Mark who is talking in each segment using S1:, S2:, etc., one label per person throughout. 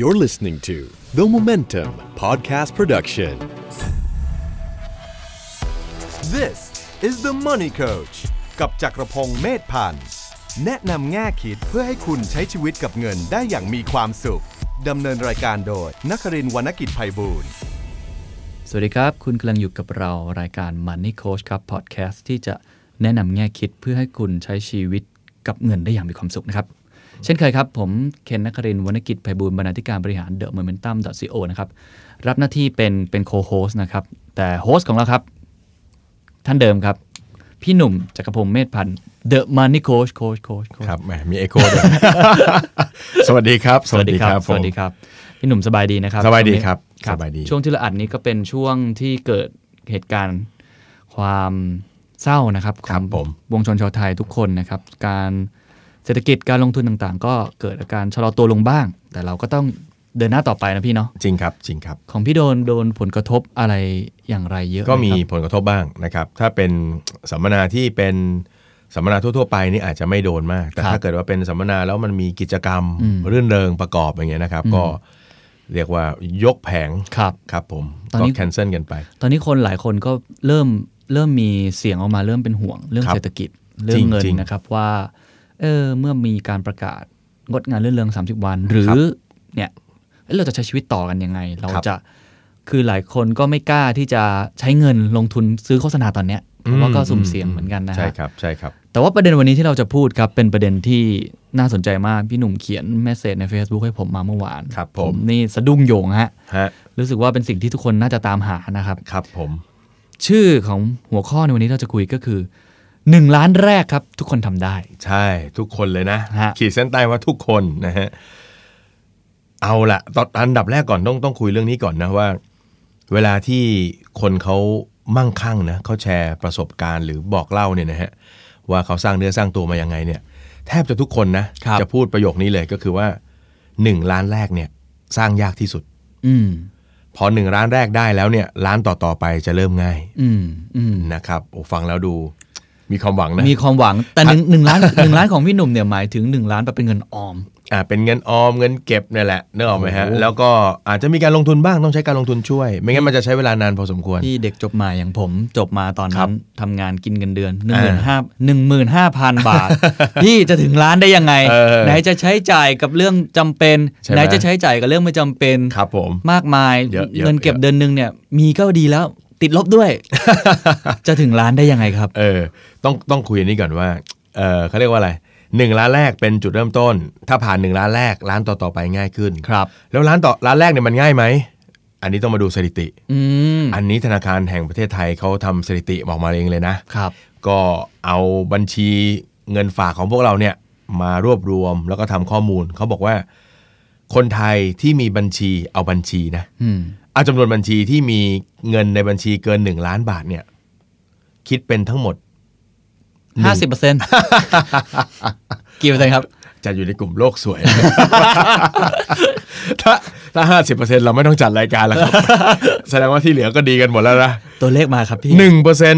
S1: You're listening to The Momentum Podcast Production.
S2: This is the Money Coach กับจักรพงศ์เมธพันธ์ แนะนำแง่คิดเพื่อให้คุณใช้ชีวิตกับเงินได้อย่างมีความสุข ดำเนินรายการโดยนักรินทร์วรรณกิจไพบูลย์
S3: สวัสดีครับ คุณกำลังอยู่กับเรารายการ Money Coach ครับ พอดแคสต์ที่จะแนะนำแง่คิดเพื่อให้คุณใช้ชีวิตกับเงินได้อย่างมีความสุขนะครับ เช่นเคยครับ ผมเคนนักรินทร์วรรณกิจไพบูลย์บรรณาธิการบริหาร The Momentum co นะครับ รับหน้าที่เป็นเป็นโคโฮสนะครับ แต่โฮสของเราครับ ท่านเดิมครับ พี่หนุ่มจักรพงศ์เมธพันธ์ The Money Coach Coach Coach Coach
S4: ครับแหมมีเอโก้ด้วย สวัสดีครับ สวัสดีครับ
S3: สวัสดี
S4: ผม
S3: ครับ พี่หนุ่มสบายดีนะครับ
S4: สบายดีครับ
S3: ครั
S4: สบายดี
S3: ช่วงที่เราอัดนี้ก็เป็นช่วงที่เกิดเหตุการณ์ความเศร้านะครับข
S4: ค
S3: อ
S4: รั
S3: ง
S4: บผม
S3: วงชนชาวไทยทุกคนนะครับ การเศรษฐกิจการลงทุนต่างๆ ก็เกิดอาการชะลอตัวลงบ้าง แต่เราก็ต้องเดินหน้าต่อไปนะพี่เนาะ
S4: จริงครับ จริงครับ
S3: ของพี่โดนโดนผลกระทบอะไรอย่างไรเยอะไห
S4: ก็มี
S3: ครับ
S4: ผลกระทบบ้างนะครับ ถ้าเป็นสัมมนาที่เป็นสัมมนาทั่วๆไปนี่อาจจะไม่โดนมาก แต่
S3: ครับ
S4: ถ้าเกิดว่าเป็นสัมมนาแล้วมันมีกิจกรรม
S3: อืม
S4: รื่นเริงประกอบอย่างเงี้ยนะครับ
S3: อืม
S4: ก็เรียกว่ายกแผง
S3: ครับ
S4: ครับผม
S3: ตอน
S4: ก็
S3: นี้
S4: แคนเซิลกันไป
S3: ตอนนี้คนหลายคนก็เริ่มเริ่มมีเสียงออกมาเริ่มเป็นห่วง เรื่อง
S4: ครับ
S3: เศรษฐกิจเรื่องเงิน
S4: จริงๆ
S3: นะครับว่าเออเมื่อมีการประกาศงดงานเลื่อนเรือง30 วัน หรือเนี่ยเอ้ยเราจะใช้ชีวิตต่อกันยังไง เรา
S4: ครับ
S3: จะคือหลายคนก็ไม่กล้าที่จะใช้เงินลงทุนซื้อโฆษณาตอนเนี้ยเพราะว่าก็สุ่มเสี่ยงเหมือนกันนะ
S4: ใช่
S3: ฮะ
S4: ครับใช่ครับ
S3: แต่ว่าประเด็นวันนี้ที่เราจะพูดครับเป็นประเด็นที่น่าสนใจมากพี่หนุ่มเขียนเมสเซจใน Facebook ให้ผมมาเมื่อวาน
S4: ครับผม
S3: นี่สะดุ้งโยงฮะ
S4: ฮะ
S3: รู้สึกว่าเป็นสิ่งที่ทุกคนน่าจะตามหานะครับ
S4: ครับผม
S3: ชื่อของหัวข้อในวันนี้เราจะคุยก็คือ 1 ล้านแรกครับ ทุกคนทำได้
S4: ใช่ทุกคนเลยนะ
S3: ฮะ
S4: ขีดเส้นใต้ว่าทุกคนนะฮะเอาละตอนอันดับแรกก่อนต้องต้องคุยเรื่องนี้ก่อนนะว่า เวลาที่คนเขามั่งคั่งนะเขาแชร์ประสบการณ์หรือบอกเล่าเนี่ยนะฮะว่าเขาสร้างเนื้อสร้างตัวมายังไงเนี่ย แทบจะทุกคนนะครับ จะพูดประโยคนี้เลยก็คือว่า 1 ล้านแรกเนี่ย สร้างยากที่สุด
S3: อืม
S4: พอหนึ่งล้านแรกได้แล้วเนี่ยล้านต่อๆไปจะเริ่มง่าย
S3: อืม อืม
S4: นะครับโอ้ฟังแล้วดูมีความหวังนะ
S3: มีความหวังแต่หนึ่งหนึ่งล้านหนึ่งล้านของพี่หนุ่มเนี่ยหมายถึง 1 ล้านแบบเป็นเงินออม
S4: อ่าเป็นเงินออมเงินเก็บเนี่ยแหละนึกออกไหมฮะ
S3: โอ้โห
S4: แล้วก็อาจจะมีการลงทุนบ้างต้องใช้การลงทุนช่วย ไม่งั้นมันจะใช้เวลานานพอสมควร
S3: ที่เด็กจบใหมาอย่างผมจบมาตอน
S4: ครั
S3: นั้น
S4: บ
S3: ทำงานกินเงินเดือน1 5 0 0 0 0 บ าท พี่จะถึงล้านได้ยังไง
S4: เออ
S3: ไหนจะใช้จ่ายกับเรื่องจำเป็น
S4: ใช่ไหม
S3: ไหนจะใช้จ่ายกับเรื่องไม่จำเป็น
S4: ครับผม
S3: มากมาย
S4: เยอะเยอะ
S3: เงินเก็บเดือนหนึงเนี่ย มีก็ดีแล้ว ติดลบด้วย จะถึงล้านได้ยังไงครับ
S4: เออต้องต้องคุยอันนี้ก่อนว่าเออเขาเรียกว่าอะไรหนึ่งล้านแรกเป็นจุดเริ่มต้น ถ้าผ่านหนึ่งล้านแรกล้านต่อๆไปง่ายขึ้น
S3: ครับ
S4: แล้วล้านต่อล้านแรกเนี่ยมันง่ายไหมอันนี้ต้องมาดูสถิติ
S3: อืม
S4: อันนี้ธนาคารแห่งประเทศไทยเขาทำสถิติออกมาเองเลยนะ
S3: ครับ
S4: ก็เอาบัญชีเงินฝากของพวกเราเนี่ยมารวบรวมแล้วก็ทำข้อมูล เขาบอกว่า คนไทยที่มีบัญชีเอาบัญชีนะ
S3: อืม
S4: เอาจำนวนบัญชีที่มีเงินในบัญชีเกิน 1 ล้านบาทเนี่ย คิดเป็นทั้งหมด หนึ่
S3: ห้าง สิบเปอร์เซ็นต์ กี่เปอร์เซ็นต์ครับ
S4: จะอยู่ในกลุ่มโลกสวย ถ้าถ้าห้าสิบเปอร์เซ็นเราไม่ต้องจัดรายการแล้วครับ แสดงว่าที่เหลือก็ดีกันหมดแล้วนะ
S3: ตัวเลขมาครับพี่
S4: หนึ่งเปอร์เซ็น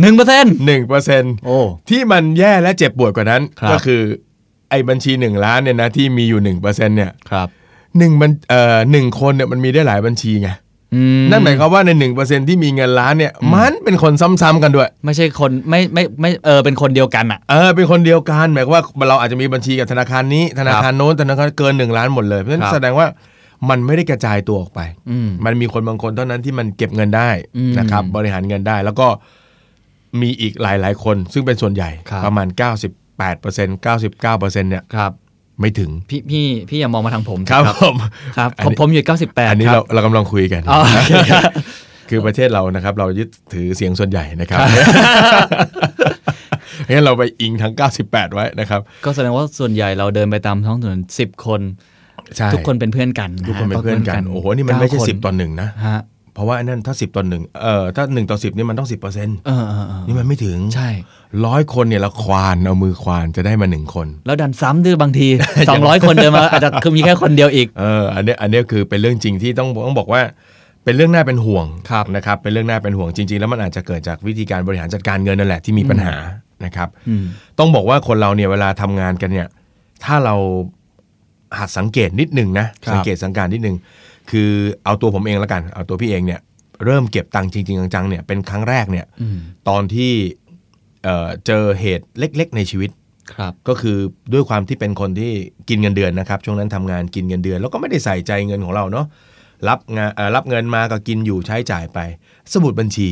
S3: หนึ่งเปอร์เซ็นต์
S4: หนึ่งเปอร์เซ็น
S3: โอ้
S4: ที่มันแย่และเจ็บปวดกว่านั้น
S3: ครับ
S4: ก็คือไอ้บัญชีหนึ่งล้านเนี่ยนะที่มีอยู่หนึ่งเปอร์เซ็นเนี่ย
S3: ครับ
S4: หนึ่งบัญเอ่อหนึ่งคนเนี่ยมันมีได้หลายบัญชีไง
S3: อืม
S4: นั่นหมายความว่าในหนึ่งเปอร์เซ็นที่มีเงินล้านเนี่ยมันเป็นคนซ้ำๆกันด้วย
S3: ไม่ใช่คนไม่ไม่ไม่เออเป็นคนเดียวกันอ่ะ
S4: เออเป็นคนเดียวกันหมายความว่าเราอาจจะมีบัญชีกับธนาคารนี้ ธนาคารโน้นธนาคารเกินหนึ่งล้านหมดเลย เพราะฉะ
S3: ค
S4: นั้
S3: รั
S4: น
S3: บ
S4: แสดงว่ามันไม่ได้กระจายตัวออกไป
S3: อืม
S4: มันมีคนบางคนเท่านั้นที่มันเก็บเงินได้
S3: อืม
S4: นะครับบริหารเงินได้แล้วก็มีอีกหลายๆ คน ซึ่งเป็นส่วนใหญ่
S3: ครับ
S4: ประมาณ 98% 99%เนี่ย
S3: ครับ
S4: ไม่ถึง
S3: พี่พี่พี่อย่ามองมาทางผม
S4: ครับผม
S3: ครับ
S4: อัน
S3: ผม
S4: นี้
S3: ผมอยู่เก้าสิบแปด
S4: อันนี้เราเรากำลังคุยกัน
S3: อ๋อโอเคครับ
S4: คือประเทศเรานะครับ เรายึดถือเสียงส่วนใหญ่นะครับงั้นเราไปอิงทั้ง 98 ไว้นะครับ
S3: ก็แสดงว่าส่วนใหญ่เราเดินไปตามท้องถนนสิบคน
S4: ใช่
S3: ทุกคนเป็นเพื่อนกันะ
S4: ทุกคนเป็นเพื่อนกัน โอ้โห นี่มันไม่ใช่ 10 ต่อหนึ่งนะ
S3: ฮะ
S4: เพราะว่าอันนั้นถ้า 10 ต่อหนึ่งเอ่อถ้า 1 ต่อ 10 นี่มันต้อง 10เปอร์เซ็นต์
S3: เออเออเออ
S4: นี่มันไม่ถึง
S3: ใช่
S4: ร้อยคนเนี่ยเราควานเอามือควานจะได้มาหนึ่งคน
S3: แล้วดันซ้ำด้วยบางที 200 คนเดินมาอาจจะคือมีแค่คนเดียวอีก
S4: เอออันเนี้ยอันเนี้ยคือเป็นเรื่องจริงที่ต้องต้องบอกว่า เป็นเรื่องน่าเป็นห่วง
S3: ครับ
S4: นะครับ เป็นเรื่องน่าเป็นห่วงจริง ๆ แล้วมันอาจจะเกิดจากวิธีการบริหารจัดการเงินนั่นแหละที่มีปัญหานะครับ
S3: อืม
S4: ต้องบอกว่าคนเราเนี่ยเวลาทำงานกันเนี่ย ถ้าเรา หัดสังเกตนิดนึงนะ
S5: ครับ
S4: สังเกตสังการนิดนึง คือเอาตัวผมเองละกัน เอาตัวพี่เองเนี่ยเริ่มเก็บตังค์จริงๆจังๆเนี่ยเป็นครั้งแรกเนี่ย
S3: อืม
S4: ตอนที่เอ่อเจอเหตุเล็กๆ ในชีวิต
S3: ครับ
S4: ก็คือด้วยความที่เป็นคนที่กินเงินเดือนนะครับ ช่วงนั้นทำงานกินเงินเดือน แล้วก็ไม่ได้ใส่ใจเงินของเราเนาะรับงานเอ่อรับเงินมาก็กินอยู่ใช้จ่ายไป สมุดบัญชี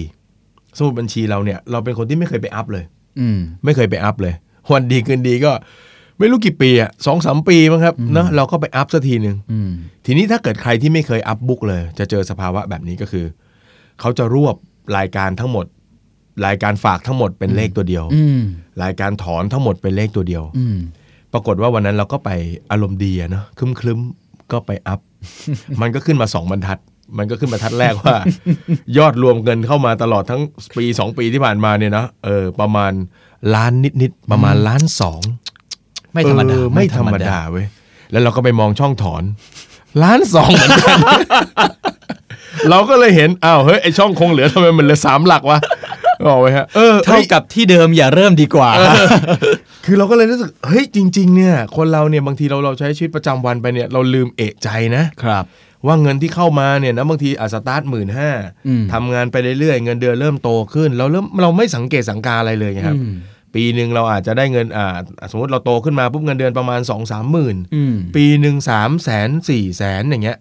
S4: สมุดบัญชีเราเนี่ยเราเป็นคนที่ไม่เคยไปอัพเลย
S3: อืม
S4: ไม่เคยไปอัพเลย วันดีคืนดีก็ไม่รู้กี่ปีอะสองสามปีมั้งครับเนาะเราก็ไปอัพสักทีหนึ่ง
S3: อืม
S4: ทีนี้ถ้าเกิดใครที่ไม่เคยอัพบุ๊กเลย จะเจอสภาวะแบบนี้ก็คือ เขาจะรวบรายการทั้งหมด รายการฝากทั้งหมดเป็นเลขตัวเดียว
S3: อืม
S4: รายการถอนทั้งหมดเป็นเลขตัวเดียว
S3: อืม
S4: ปรากฏว่าวันนั้นเราก็ไปอารมณ์ดีอะเนาะคลึ้มคลึ้มๆก็ไปอัพ มันก็ขึ้นมาสองบรรทัด มันก็ขึ้นบรรทัดแรกว่า ยอดรวมเงินเข้ามาตลอดทั้งปีสองปีที่ผ่านมาเนี่ยนะเออประมาณล้านนิดๆประมาณล้านสอง
S3: ไม่ธรรมดา
S4: เออไม่ธรรมดาเว้ยแล้วเราก็ไปมองช่องถอนล้านสองเหมือนกัน เราก็เลยเห็นอ้าวเฮ้ยไอช่องคงเหลือทำไมมันเหลือสามหลักวะบอกไว้ฮะเออ
S3: เท่า
S4: ฮ้ย
S3: กับที่เดิมอย่าเริ่มดีกว่า
S4: คือเราก็เลยรู้สึก เฮ้ย จริง ๆ เนี่ย คนเราเนี่ย บางทีเราเราใช้ชีวิตประจำวันไปเนี่ย เราลืมเอะใจนะ
S3: ครับ
S4: ว่าเงินที่เข้ามาเนี่ยนะบางทีอาจสตาร์ทหมื่นห้า
S3: อืม
S4: ทำงานไปเรื่อยๆ เงินเดือนเริ่มโตขึ้น เราเริ่มเราไม่สังเกตสังกาอะไรเลยไงครับ
S3: อืม
S4: ปีหนึ่งเราอาจจะได้เงินอ่าสมมติเราโตขึ้นมาปุ๊บเงินเดือนประมาณ2องสามหมื่น
S3: อืม
S4: ปีหนึ่งสามแสนสี่แสนอย่างเงี้ย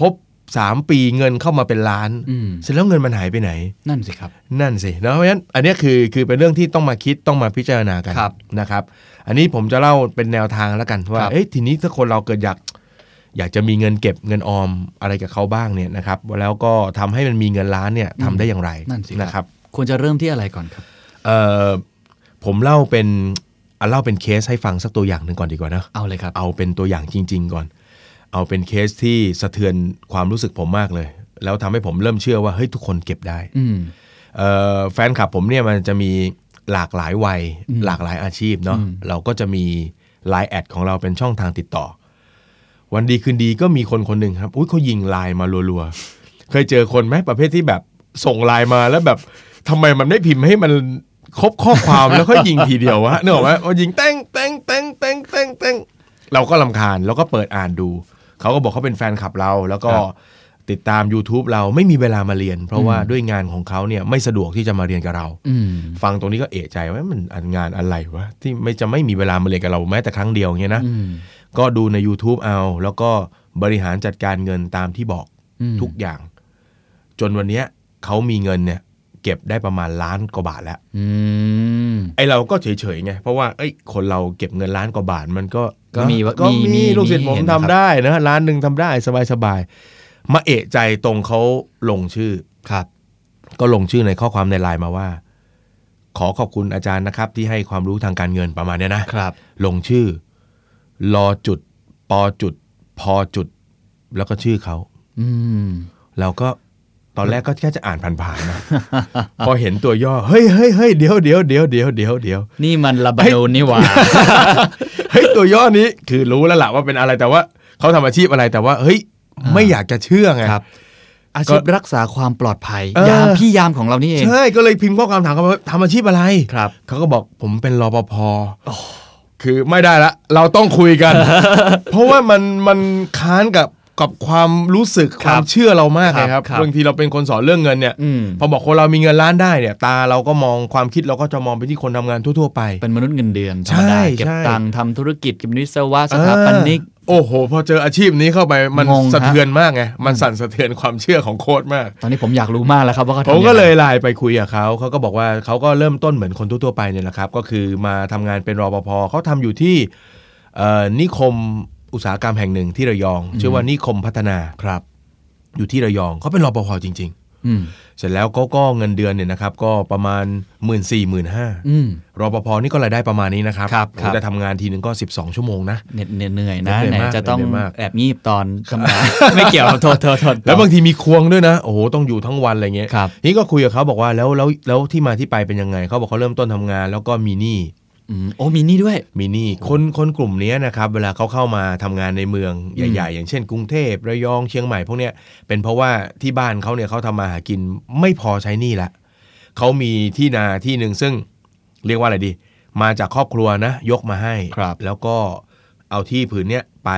S4: ครบสามปีเงินเข้ามาเป็นล้าน
S3: อืม
S4: เสร็จแล้วเงินมันหายไปไหน
S3: นั่นสิครับ
S4: นั่นสินะเพราะฉะนั้นอันเนี้ยคือคือเป็นเรื่องที่ต้องมาคิดต้องมาพิจารณากัน
S3: ครับ
S4: นะครับ อันนี้ผมจะเล่าเป็นแนวทางแล้วกันว่า
S3: ครับ
S4: เอ๊ะทีนี้ถ้าคนเราเกิดอยากอยากจะมีเงินเก็บเงินออมอะไรกับเขาบ้างเนี่ยนะครับแล้วก็ทำให้มันมีเงินล้านเนี่ยทำได้อย่างไร
S3: นั่นสิ
S4: นะครับ
S3: ควรจะเริ่มที่อะไรก่อนครับ
S4: เอ่อผมเล่าเป็นเอาเล่าเป็นเคสให้ฟังสักตัวอย่างหนึ่งก่อนดีกว่านะ
S3: เอาเลยครับ
S4: เอาเป็นตัวอย่างจริง ๆ ก่อน เอาเป็นเคสที่สะเทือนความรู้สึกผมมากเลย แล้วทำให้ผมเริ่มเชื่อว่าเฮ้ยทุกคนเก็บได้
S3: อืม
S4: เอ่อแฟนคลับผมเนี่ยมันจะมีหลากหลายวัย
S3: อืม
S4: หลากหลายอาชีพเนาะ
S3: อืม
S4: เราก็จะมี l ล n e แอดของเราเป็นช่องทางติดต่อ วันดีคืนดีก็มีคนคนหนึ่งครับอุ้ยเขายิงไลน์มารัวๆ เคยเจอคนไหมประเภทที่แบบส่งไลน์มาแล้วแบบทำไมมันไม่พิมพ์ให้มันครบข้อความแล้วก็ยิงทีเดียววะเนกอะไหมมันยิงแต้งแต้งแต้งแต้งแต้งแต้งเราก็ลำคาญแล้วก็เปิดอ่านดู เขาก็บอกเขาเป็นแฟนคลับเรา แล้วก็ติดตาม YouTube เราไม่มีเวลามาเรียน เพราะว่าด้วยงานของเขาเนี่ยไม่สะดวกที่จะมาเรียนกับเรา
S3: อืม
S4: ฟังตรงนี้ก็เอะใจว่ามันอันงานอะไรวะที่ไม่จะไม่มีเวลามาเรียนกับเราแม้แต่ครั้งเดียวอย่างเงี้ยนะ
S3: อืม
S4: ก็ดูใน YouTube เอา แล้วก็บริหารจัดการเงินตามที่บอก
S3: อืม
S4: ทุกอย่าง จนวันเนี้ยเขามีเงินเนี่ย เก็บได้ประมาณล้านกว่าบาทแล้ว
S3: อืม
S4: ไอเราก็เฉยๆไง เพราะว่าเอ้ยคนเราเก็บเงินล้านกว่าบาทมันก็
S3: ก็มี
S4: ก็
S3: มีมี
S4: มีลูกศิษย์ผม
S3: เห็นครับ
S4: ทำได้นะล้านหนึ่งทำได้สบายๆมาเอะใจตรงเขาลงชื่อ
S3: ครับ
S4: ก็ลงชื่อในข้อความในไลน์มาว่า ขอขอบคุณอาจารย์นะครับ ที่ให้ความรู้ทางการเงินประมาณเนี้ยนะ
S3: ครับ
S4: ลงชื่อรอจุดปอจุด พอจุด แล้วก็ชื่อเขา
S3: อืม
S4: เราก็ตอนแรกก็แค่จะอ่านผ่านๆนะ พอเห็นตัวย่อ เฮ้ยเฮ้ยเฮ้ยเดี๋ยวเดี๋ยวเดี๋ยวเดี๋ยวเดี๋ยวเดี๋ยว
S3: นี่มันลาบานูนนี่หว่า
S4: เฮ้ยตัวย่อนี้คือรู้แล้วล่ะว่าเป็นอะไรแต่ว่าเขาทำอาชีพอะไรแต่ว่า เฮ้ย ไม่อยากจะเชื่อไง
S3: ครับ อาชีพรักษาความปลอดภัย
S4: เออ
S3: ยามพี่ยามของเรานี่เอง
S4: ใช่ก็เลยพิมพ์ข้อความถามเขาว่าทำอาชีพอะไร
S3: ครับ
S4: เขาก็บอกผมเป็นรปภคือไม่ได้ละ เราต้องคุย กัน เพราะว่ามันมันค้านกับกับความรู้สึก
S3: ครับ
S4: ความเชื่อเรามาก
S3: ครับ
S4: เลยครับ
S3: ครับ
S4: บางทีเราเป็นคนสอนเรื่องเงินเนี่ย
S3: อืม
S4: พอบอกคนเรามีเงินล้านได้เนี่ย ตาเราก็มองความคิดเราก็จะมองไปที่คนทำงานทั่ว ๆ ไป
S3: เป็นมนุษย์เงินเดือนธร
S4: ใช่
S3: รมดาเก็บ
S4: ใช่
S3: ตังค์ทำธุรกิจเก็บนิสวะสถาปนิก
S4: อ่าโอ้โห พอเจออาชีพนี้เข้าไปมัน
S3: งงฮะ
S4: สะเทือนมากไงมันสั่นสะเทือนความเชื่อของโค้ดมาก
S3: ตอนนี้ผมอยากรู้มากแล้วครับว่าเขาทำ
S4: ผม
S3: งไง
S4: ก็เลยไลน์ไปคุยกับเขา เขาก็บอกว่าเขาก็เริ่มต้นเหมือนคนทั่วๆไปเนี่ยแหละครับ ก็คือมาทำงานเป็นรปภเขาทำอยู่ที่เอ่อนิคมอุตสาหกรรมแห่งหนึ่งที่ระยอง ชื่อว่านิคมพัฒนาครับ อยู่ที่ระยองเขาเป็นรปภจริง
S3: อืม
S4: ๆ เสร็จแล้วเขาก็เงินเดือนเนี่ยนะครับ ก็ประมาณ 1 4ื่นสี่หมื่นห้า
S3: อืม
S4: รปภนี่ก็รายได้ประมาณนี้นะครับ
S3: ครับครับ
S4: จะทำงานทีหนึ่งก็ 12 ชั่วโมงนะ
S3: เหน็ดเหนื่อยเหนื่อยนะ
S4: เหน็
S3: ไห
S4: ด
S3: น
S4: เหนื่อยมาก
S3: จะต้อง
S4: เหน็ดเหนื่อยมาก
S3: แอบงีบตอนทำงาน ไม่เกี่ยวครับโทษโทษโทษ
S4: แล้วบางทีมีควงด้วยนะ โอ้โห ต้องอยู่ทั้งวันอะไรเงี้ย
S3: ครับ
S4: นี่ก็คุยกับเขาบอกว่าแล้วแล้วแล้วที่มาที่ไปเป็นยังไง เขาบอกเขาเริ่มต้นทำงาน แล้วก็มีหนี้
S3: อืมโอ้มีนี่ด้วย
S4: มีหนี้คนคนกลุ่มเนี้ยนะครับเวลาเขาเข้ามาทำงานในเมืองใหญ่ๆ อย่างเช่นกรุงเทพระยองเชียงใหม่พวกเนี้ยเป็นเพราะว่าที่บ้านเขาเนี่ยเขาทำมาหากินไม่พอใช้หนี้ละเขามีที่นาที่หนึ่งซึ่งเรียกว่าอะไรดี มาจากครอบครัวนะยกมาให้
S3: ครับ
S4: แล้วก็เอาที่ผืนเนี้ย ไป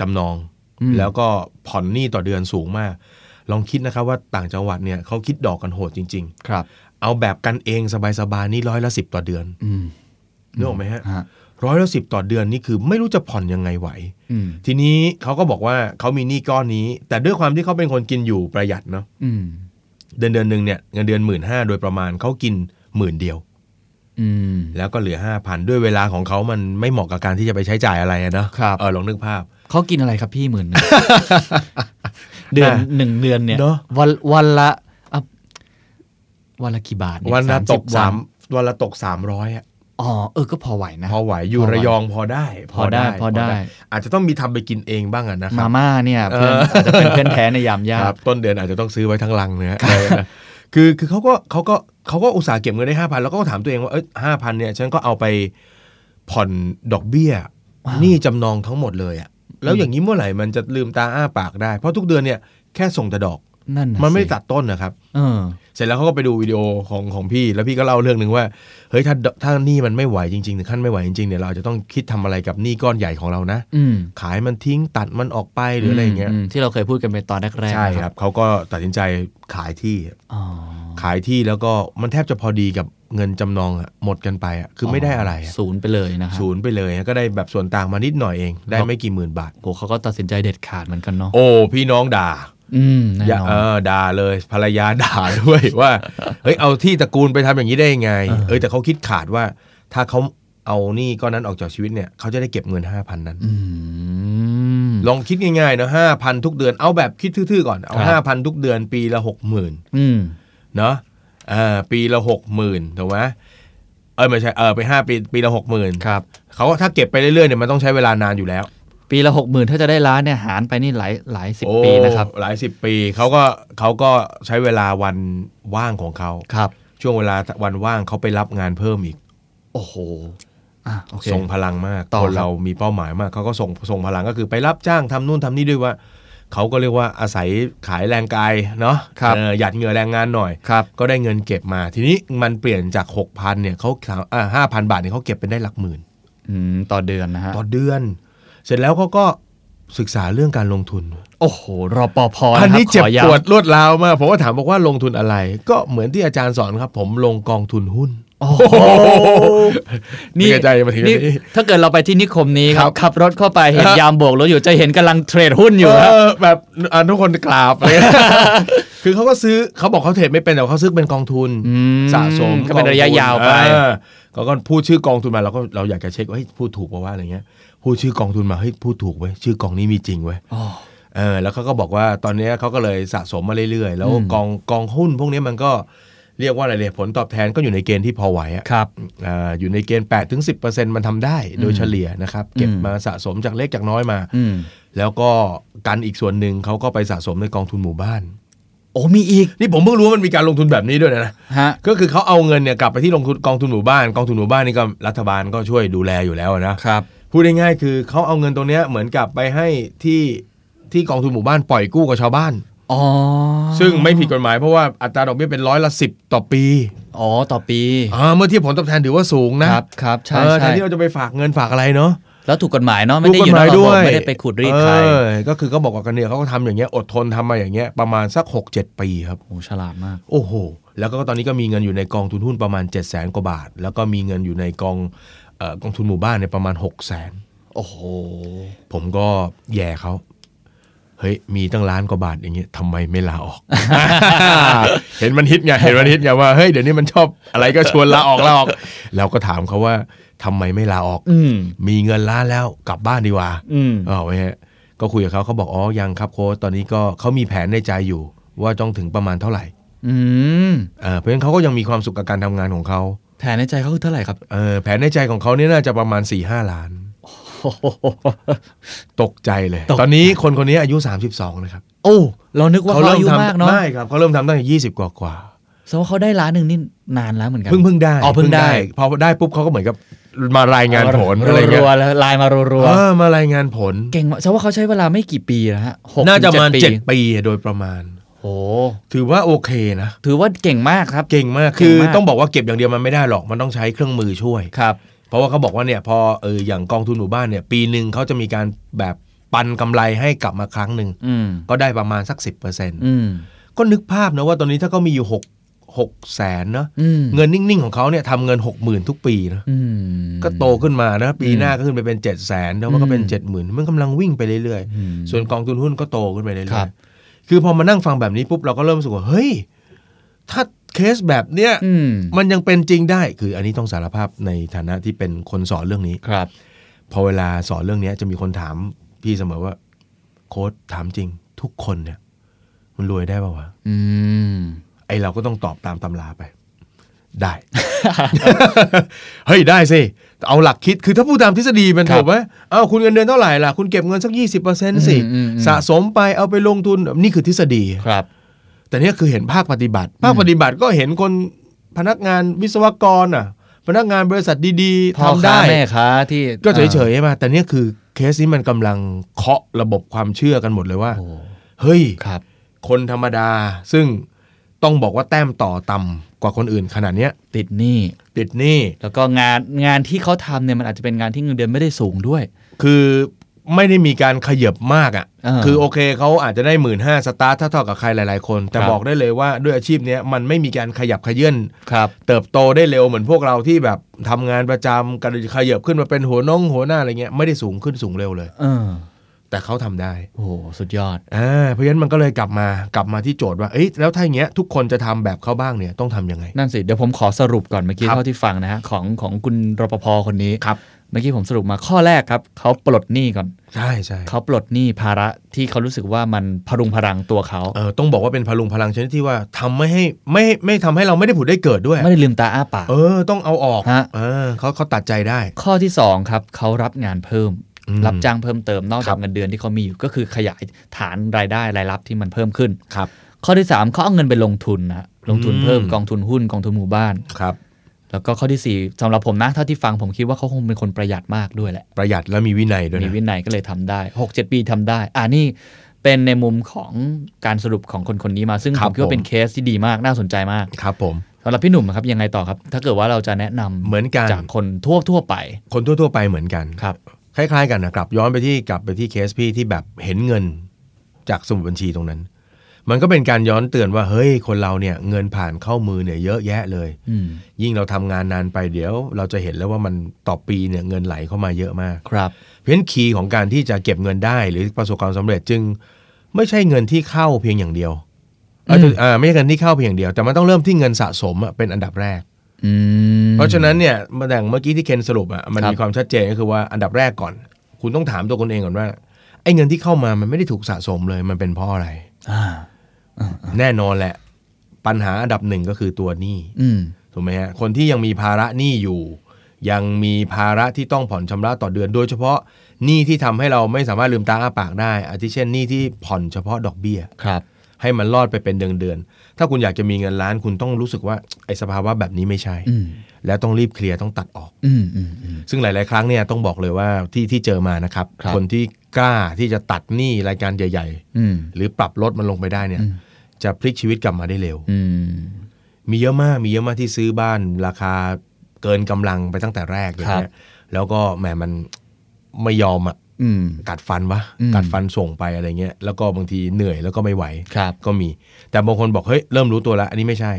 S4: จำนอง
S3: อืม
S4: แล้วก็ผ่อนหนี้ต่อเดือนสูงมาก ลองคิดนะครับว่าต่างจังหวัดเนี่ยเขาคิดดอกกันโหดจริง
S3: ครับ
S4: ๆ เอาแบบกันเองสบายๆนี่ร้อยละสิบต่อเดือน
S3: อืม
S4: นึกออกไหมฮะ
S3: ฮะ
S4: ร้อยละสิบต่อเดือนนี่คือไม่รู้จะผ่อนยังไงไหว
S3: อืม
S4: ทีนี้เขาก็บอกว่าเขามีหนี้ก้อนนี้ แต่ด้วยความที่เขาเป็นคนกินอยู่ประหยัดเนาะ
S3: อืม
S4: เดือนเดือนหนึ่งเนี่ยเงินเดือนหมื่นห้าโดยประมาณเขากินหมื่นเดียว
S3: อืม
S4: แล้วก็เหลือ 5,000 ด้วยเวลาของเขามันไม่เหมาะกับการที่จะไปใช้จ่ายอะไรอะเนาะ
S3: ครับ
S4: เออลองนึกภาพ
S3: เขากินอะไรครับพี่หมื่นหนึ่ง เดือน
S4: อ่ะ
S3: หนึ่งเดือนเนี่ย
S4: เนอะ
S3: วันวันละอ่ะวันละกี่บาทเย
S4: วันละ
S3: 30
S4: ตกสาม
S3: วัน
S4: วันละตก 300อ่ะ
S3: อ๋อเออก็พอไหวนะ
S4: พอไหวอยู่
S3: พอไหว
S4: ระยองพอได้
S3: พอได้พอได้
S4: อาจจะต้องมีทำไปกินเองบ้างอะนะค
S3: มา
S4: รับ
S3: ม่าเนี่ยเพื่อน
S4: เอออ
S3: อาจจะเป็นเพื่อนแท้ในยามยา
S4: ครั
S3: ก
S4: บต้นเดือนอาจจะต้องซื้อไว้ทั้งลังเนี่ยเออนะคือคือเขาก็เขาก็เขาก็อุตส่าห์เก็บเงินได้ห้าพันแล้วก็ถามตัวเองว่าเอ้ยห้าพันเนี่ยฉันก็เอาไปผ่อนดอกเบี้ย
S3: ว้าว
S4: หนี้จำนองทั้งหมดเลยอะแล้วอย่างนี้เมื่อไหร่มันจะลืมตาอ้าปากได้เพราะทุกเดือนเนี่ยแค่ส่งแต่ดอก
S3: นั่นน่ะ
S4: มันไม่
S3: สิ
S4: ได้ตัดต้นนะครับ
S3: เออ
S4: เสร็จแล้วเขาก็ไปดูวิดีโอของของพี่ แล้วพี่ก็เล่าเรื่องหนึ่งว่าเฮ้ยถ้าถ้าหนี้มันไม่ไหวจริงๆถึงขั้นไม่ไหวจริงๆเนี่ยเราอาจจะต้องคิดทำอะไรกับหนี้ก้อนใหญ่ของเรานะ
S3: อืม
S4: ขายมันทิ้งตัดมันออกไปหรืออะไรอย่างเงี้ย
S3: มมที่เราเคยพูดกันไปตอนแรกๆ
S4: ใช่
S3: นะครับ
S4: เขาก็ตัดสินใจขายที่
S3: อ๋อ
S4: ขายที่แล้วก็มันแทบจะพอดีกับเงินจำนองอะหมดกันไปอะคือไม่ได้อะไรอะ
S3: ศูนย์ไปเลยนะครับ
S4: ศูนย์ไปเลยอะก็ได้แบบส่วนต่างมานิดหน่อยเอง ได้ไม่กี่หมื่นบาท
S3: โหเขาก็ตัดสินใจเด็ดขาดเหมือนกันเนาะ
S4: โอ้พี่น้องด่า
S3: อืมแน่
S4: อย่าน
S3: อ
S4: เอน อด่าเลยภรรยาด่าด้วย ว่าเฮ้ยเอาที่ตระกูลไปทำอย่างนี้ได้ยังไง
S3: เออ
S4: เอ้ยแต่เขาคิดขาดว่า ถ้าเขาเอาหนี่ก้อนนั้นออกจากชีวิตเนี่ยเขาจะได้เก็บเงินห้าพันนั้น
S3: อืม
S4: ลองคิดง่ายๆนะห้าพันทุกเดือนเอาแบบคิดทื่อๆก่อนเอา
S3: ครับ
S4: ห้าพันทุกเดือนปีละหกหมื่น
S3: อืม
S4: เนาะเออปีละหกหมื่นถูกไหมเออไม่ใช่เออไปห้าปีปีละหกหมื่น
S3: ครับ
S4: เขาก็ถ้าเก็บไปเรื่อยๆเนี่ยมันต้องใช้เวลานานอยู่แล้ว
S3: ปีละหกหมื่นถ้าจะได้ล้านเนี่ยหารไปนี่หลายหลายสิบ
S4: โอ้
S3: ปีนะครับ
S4: หลายสิบปีเขาก็เขาก็ใช้เวลาวันว่างของเขา
S3: ครับ
S4: ช่วงเวลาวันว่างเขาไปรับงานเพิ่มอีก
S3: โอ้โห อ่ะโอเค
S4: ส่งพลังมาก
S3: ต่อ
S4: ค
S3: ครับ
S4: นเรามีเป้าหมายมากเขาก็ส่งส่งพลังก็คือไปรับจ้างทำนู่นทำนี่ด้วยว่าเขาก็เรียกว่าอาศัยขายแรงกายเนาะเออหยัดเหงื่อแรงงานหน่อย
S3: ครับ
S4: ก็ได้เงินเก็บมา ทีนี้มันเปลี่ยนจาก 6,000เนี่ยเขาห้าพันบาทเนี่ยเขาเก็บเป็นได้หลักหมื่น
S3: อืม ต่อเดือนนะฮะ
S4: ต่อเดือน เสร็จแล้วเขาก็ศึกษาเรื่องการลงทุน
S3: โอ้โห รอปภ
S4: อันนี้เจ็บ
S3: ะครับข
S4: ป
S3: ย้ำ
S4: วดรวดร้าวมากผมก็ถามบอกว่าลงทุนอะไร ก็เหมือนที่อาจารย์สอนครับ ผมลงกองทุนหุ้น
S3: โอ้โห
S4: ไม่กระจายมาถึงตรงนี้
S3: ถ้าเกิดเราไปที่นิคมนี้ครับ
S4: ค
S3: ขั
S4: รับ
S3: บรถเข้าไปเห็น
S4: ฮะ
S3: ยามโบกรถอยู่จะเห็นกำลังเทรดหุ้นอยู่ครับ
S4: เแบบอ่ะทุกคนกราบ อะไรเงี้ย คือเขาก็ซื้อเขาบอกเขาเทรดไม่เป็นแต่เขาซื้อเป็นกองทุน
S3: อืม
S4: สะสม
S3: ก็เป็นระยะยาวไป
S4: เออเขาก็พูดชื่อกองทุนมาเราก็เราอยากจะเช็คว่าเฮ้ยพูดถูกเปล่าวะอะไรเงี้ยพูดชื่อกองทุนมาเฮ้ยพูดถูกเว้ยชื่อกองนี้มีจริงเว้ย
S3: อ๋อ
S4: เออแล้วเขาก็บอกว่าตอนเนี้ยเขาก็เลยสะสมมาเรื่อยๆ แล้ว
S3: อืม
S4: กองกองหุ้นพวกเนี้ยมันก็เรียกว่าอะไรเลยผลตอบแทนก็อยู่ในเกณฑ์ที่พอไหวอะ
S3: ครับ
S4: อ่าอยู่ในเกณฑ์8ถึง10 มันทำได้โดย
S3: อืม
S4: เฉลี่ยนะครับ เก็บ
S3: อืม
S4: มาสะสมจากเล็กจากน้อยมา
S3: อืม
S4: แล้วก็กันอีกส่วนหนึ่งเขาก็ไปสะสมในกองทุนหมู่บ้าน
S3: โอ้มีอีก
S4: นี่ผมเพิ่งรู้ว่ามันมีการลงทุนแบบนี้ด้วยนะ
S3: ฮะ
S4: ก็คือเขาเอาเงินเนี่ยกลับไปที่ลงทุนกองทุนหมู่บ้าน กองทุนหมู่บ้านนี่ก็รัฐบาลก็ช่วยดูแลอยู่แล้วนะครับ พูดง่ายๆคือเขาเอาเงินตรงเนี้ยเหมือนกับไปให้ที่ที่กองทุนหมู่บ้านปล่อยกู้กับชาวบ้าน
S3: อ๋อ
S4: ซึ่งไม่ผิดกฎหมายเพราะว่าอัตราดอกเบี้ยเป็นร้อยละสิบต่อปี
S3: อ๋อ ต่อปี
S4: อ่าเมื่อเทียบผลตอบแทนถือว่าสูงนะครับ
S3: ครับ ใช่
S4: เออแท
S3: ใช่
S4: นที่เราจะไปฝากเงินฝากอะไรเนาะ
S3: แล้วถูกกฎหมายเนาะ ไม่ได้อยู่ในระบบไม่ได้ไปขูดรีดใคร
S4: เออก็คือก็บอกว่ากันเนี่ยเขาก็ทำอย่างเงี้ยอดทนทำมาอย่างเงี้ยประมาณสัก 6 7 ปีครับ
S3: โอ้ฉลาดมาก
S4: โอ้โห แล้วก็ตอนนี้ก็มีเงินอยู่ในกองทุนหุ้นประมาณ 7 0 0แสนกว่าบาท แล้วก็มีเงินอยู่ในกองเอ่อกองทุนหมู่บ้านเนี่ยประมาณ 6 0 0แสน
S3: โอ้โห
S4: ผมก็แย่เขาเฮ้ยมีตั้งล้านกว่าบาทอย่างเงี้ยทำไมไม่ลา ออก เห็นมันฮิตไงเห็นมันฮิตไงว่าเฮ้ยเดี๋ยวนี้มันชอบอะไรก็ชวนลาออกลาออกเราก็ถามเขาว่าทำไมไม่ลาออก
S3: อืม
S4: มีเงินล้านแล้วกลับบ้านดีกว่า
S3: อืม
S4: อ้าวไว้ฮะก็คุยกับเขาเขาบอกอ๋อยังครับโค้ชตอนนี้ก็เขามีแผนในใจอยู่ ว่าต้องถึงประมาณเท่าไหร่
S3: อืม
S4: เออเพราะฉะนั้นเขาก็ยังมีความสุขกับการทำงานของเขา
S3: แผนในใจเขาคือเท่าไหร่ครับ
S4: เออแผนในใจของเขาเนี่ยน่าจะประมาณ4ี่ห้าล้าน ตกใจเลย
S3: ตก
S4: ตอนนี้คนคนนี้อายุ 32นะครับ
S3: โอ้ เรานึกว่าเขาอายุมากเนาะ
S4: ทำไม่ครับเขาเริ่มทำตั้งแต่ยี่สิบกว่ากว่า
S3: แสดงว่าเขาได้ล้านหนึ่งนี่นานแล้วเหมือนกั
S4: เพิ่งเพิ่งได้
S3: อ๋อเพิ่งได้
S4: พอได้ปุ๊บเขาก็เหมือนกับมารายงานผลอะไรเงี้ย
S3: รัวๆแล้วลายมารัว
S4: เออมารายงานผล
S3: ๆเก่งมากแสดงว่าเขาใช้เวลาไม่กี่ปีนะฮะหก
S4: น่าจะประมาณ
S3: ถึง
S4: เจ็
S3: ปี
S4: ดปีโดยประมาณ
S3: โห
S4: ถือว่าโอเคนะ
S3: ถือว่าเก่งมากครับ
S4: เก่งมาก
S3: เก่งมาก
S4: คือต้องบอกว่าเก็บอย่างเดียวมันไม่ได้หรอกมันต้องใช้เครื่องมือช่วย
S3: ครับ
S4: ราะว่าเขาบอกว่าเนี่ยพอเอออย่างกองทุนหมู่บ้านเนี่ยปีหนึ่งเขาจะมีการแบบปันกำไรให้กลับมาครั้งหนึ่ง
S3: อืม
S4: ก็ได้ประมาณสัก 10%
S3: อืม
S4: ก็นึกภาพนะว่าตอนนี้ถ้าเขามีอยู่6 6แสนเนาะ
S3: อืม
S4: เงินนิ่ง ๆ ของเขาเนี่ยทำเงิน 60,000 ทุกปีนะ
S3: อืม
S4: ก็โตขึ้นมานะปีหน้าก็ขึ้นไปเป็น 7 0 0 0 0นแล้วมันก็เป็น
S3: อืม
S4: 70,000 มันกำลังวิ่งไปเรื่อย
S3: อืม
S4: ๆ ส่วนกองทุนหุ้นก็โตขึ้นไปเรื่
S3: ครั
S4: อย
S3: บ
S4: ๆ คือพอมานั่งฟังแบบนี้ปุ๊บ เราก็เริ่มรู้สึกว่า เฮ้ย ถ้าเคสแบบเนี้ย
S3: อืม
S4: มันยังเป็นจริงได้ คืออันนี้ต้องสารภาพในฐานะที่เป็นคนสอนเรื่องนี้
S3: ครับ
S4: พอเวลาสอนเรื่องเนี้ยจะมีคนถามพี่เสมอว่า โค้ดถามจริง ทุกคนเนี่ย มันรวยได้ป่าวะ
S3: อืม
S4: ไอเราก็ต้องตอบตามตำราไป ได้ เฮ้ยได้สิ เอาหลักคิดคือถ้าพูดตามทฤษฎีมัน
S3: ครั
S4: ถู
S3: บ
S4: กไหมเอาคุณเงินเดือนเท่าไหร่ล่ะ คุณเก็บเงินสัก 20%สิ
S3: อืมอืมอืม
S4: สะสมไปเอาไปลงทุนนี่คือทฤษฎี
S3: ครับ
S4: แต่เนี่ยคือเห็นภาคปฏิบัติ ภาคปฏิบัติก็เห็นคนพนักงานวิศวกรอ่ะ พนักงานบริษัทดีๆ
S3: พ่อ
S4: ทำ
S3: ค้า
S4: ได้
S3: แม่ค้าที่
S4: ก็เฉยๆมาแต่เนี่ยคือเคสนี้มันกำลังเคาะระบบความเชื่อกันหมดเลยว่า
S3: โอ้
S4: เฮ้ย
S3: ครับ
S4: คนธรรมดา ซึ่งต้องบอกว่าแต้มต่อต่ำกว่าคนอื่นขนาดเนี้ย
S3: ติดหนี้
S4: ติดหนี้
S3: แล้วก็งานงานที่เขาทำเนี่ยมันอาจจะเป็นงานที่เงินเดือนไม่ได้สูงด้วย
S4: คือไม่ได้มีการขยับมาก
S3: อ่า
S4: อะ่ะ คือโอเคเขาอาจจะได้หมื่นห้าสตาร์ทเท่าๆกับใครหลายๆคน แต่
S3: ครับ
S4: บอกได้เลยว่าด้วยอาชีพเนี้ยมันไม่มีการขยับขยื่น
S3: ครับ
S4: เติบโตได้เร็วเหมือนพวกเราที่แบบทำงานประจำกันขยับขึ้นมาเป็นหัวน้องหัวหน้าอะไรเงี้ยไม่ได้สูงขึ้นสูงเร็วเลย
S3: เออ
S4: แต่เขาทำได้
S3: โอ้โหสุดยอด
S4: อ่าเพราะฉะนั้นมันก็เลยกลับมากลับมาที่โจทย์ว่าเอ้ยแล้วถ้าอย่างเงี้ยทุกคนจะทำแบบเขาบ้างเนี่ยต้องทำยังไง
S3: นั่นสิ เดี๋ยวผมขอสรุปก่อนเมื่อกี้
S4: ครับ
S3: เท่าที่ฟังนะฮะของของคุณรปภคนนี้
S4: ครับ
S3: เมื่อกี้ผมสรุปมาข้อแรกครับ เขาปลดหนี้ก่อน
S4: ใช่ใช่
S3: เขาปลดหนี้ภาระที่เขารู้สึกว่ามันพรุงพรังตัวเขา
S4: เออต้องบอกว่าเป็นพลุงพลังชนิดที่ว่าทำไม่ให้ไม่ไม่ทำให้เราไม่ได้ผุดได้เกิดด้วย
S3: ไม่ได้ลืมตาอ้าปาก
S4: เออ ต้องเอาออก
S3: ฮะ
S4: เออเขาเขาตัดใจได้
S3: ข้อที่ 2 ครับ เขารับงานเพิ่ม
S4: อืม
S3: รับจ้างเพิ่มเติมนอก
S4: ค
S3: จา
S4: รั
S3: ก
S4: บ
S3: เงินเดือนที่เขามีอยู่ก็คือขยายฐานรายได้รายรับที่มันเพิ่มขึ้น
S4: ครับ
S3: ข้อที่ 3เขาเอาเงินไปลงทุนนะฮะลงทุนเพิ่ม
S4: อืม
S3: กองทุนหุ้นกองทุนหมู่บ้าน
S4: ครับ
S3: แล้วก็ข้อที่ 4สำหรับผมนะเท่าที่ฟังผมคิดว่าเขาคงเป็นคนประหยัดมากด้วยแหละ
S4: ประหยัดและมีวินัยด้วย
S3: มี
S4: นะ
S3: วินัยก็เลยทำได้ 6 7 ปีทำได้ อ่านี่เป็นในมุมของการสรุปของคนคนนี้มา ซึ่งผมคิดว่าเป็นเคสที่ดีมากน่าสนใจมาก
S4: ครับผม
S3: สำหรับพี่หนุ่มครับยังไงต่อครับ ถ้าเกิดว่าเราจะแนะนำ
S4: เหมือนกัน
S3: จากคนทั่วทั่วๆไป
S4: คนทั่ว ๆ ไปเหมือนกัน
S3: ครับ
S4: คล้ายๆ กันนะกลับย้อนไปที่กลับไปที่เคสพี่ที่แบบเห็นเงินจากสมุดบัญชีตรงนั้น มันก็เป็นการย้อนเตือนว่าเฮ้ยคนเราเนี่ยเงินผ่านเข้ามือเนี่ยเยอะแยะเลย
S3: อืม
S4: ยิ่งเราทำงานนานไปเดี๋ยว เราจะเห็นแล้วว่ามันต่อปีเนี่ยเงินไหลเข้ามาเยอะมาก
S3: ครับ
S4: เพราะฉะนั้นคีย์ของการที่จะเก็บเงินได้หรือประสบความสำเร็จจึง ไม่ใช่เงินที่เข้าเพียงอย่างเดียวเอ้ย
S3: อืม
S4: อ่าไม่ใช่เงินที่เข้าเพียงอย่างเดียว แต่มันต้องเริ่มที่เงินสะสมอะเป็นอันดับแรก
S3: อืม
S4: เพราะฉะนั้นเนี่ยมาแต่งเมื่อกี้ที่เคนสรุปอ่ะมัน
S3: ครับ
S4: มีความชัดเจนก็คือว่าอันดับแรกก่อน คุณต้องถามตัวคุณเองก่อนว่าไอ้เงินที่เข้ามามันไม่ได้ถูกสะสมเลยมันเป็นเพราะอะไร
S3: อ่า
S4: แน่นอนแหละ ปัญหาอันดับหนึ่งก็คือตัวหนี้
S3: อืม
S4: ถูกไหมฮะคนที่ยังมีภาระหนี้อยู่ ยังมีภาระที่ต้องผ่อนชำระต่อเดือน โดยเฉพาะหนี้ที่ทำให้เราไม่สามารถลืมตาอ้าปากได้ อาทิเช่นหนี้ที่ผ่อนเฉพาะดอกเบี้ย
S3: ครับ
S4: ให้มันรอดไปเป็นเดือนเดือนๆถ้าคุณอยากจะมีเงินล้านคุณต้องรู้สึกว่าไอ้สภาวะแบบนี้ไม่ใช่
S3: อืม
S4: แล้วต้องรีบเคลียร์ต้องตัดออก
S3: อืมอืมอืม
S4: ซึ่งหลาย ๆ ครั้งเนี่ยต้องบอกเลยว่าที่ที่เจอมานะครับ
S3: ครับ
S4: นที่กล้าที่จะตัดหนี้รายการใหญ่
S3: อืม
S4: ๆ หรือปรับลดมันลงไปได้เนี่ย
S3: อืม
S4: จะพลิกชีวิตกลับมาได้เร็ว
S3: อืม
S4: มีเยอะมาก มีเยอะมากที่ซื้อบ้านราคาเกินกำลังไปตั้งแต่แรกอย่างเงี้ยแล้วก็แหมมันไม่ยอมอ่ะ
S3: อืม
S4: กัดฟันวะ
S3: อืม
S4: กัดฟันส่งไปอะไรเงี้ย แล้วก็บางทีเหนื่อยแล้วก็ไม่ไหว
S3: ครับ
S4: ก็มี แต่บางคนบอกเฮ้ยเริ่มรู้ตัวแล้ว อันนี้ไม่ใช่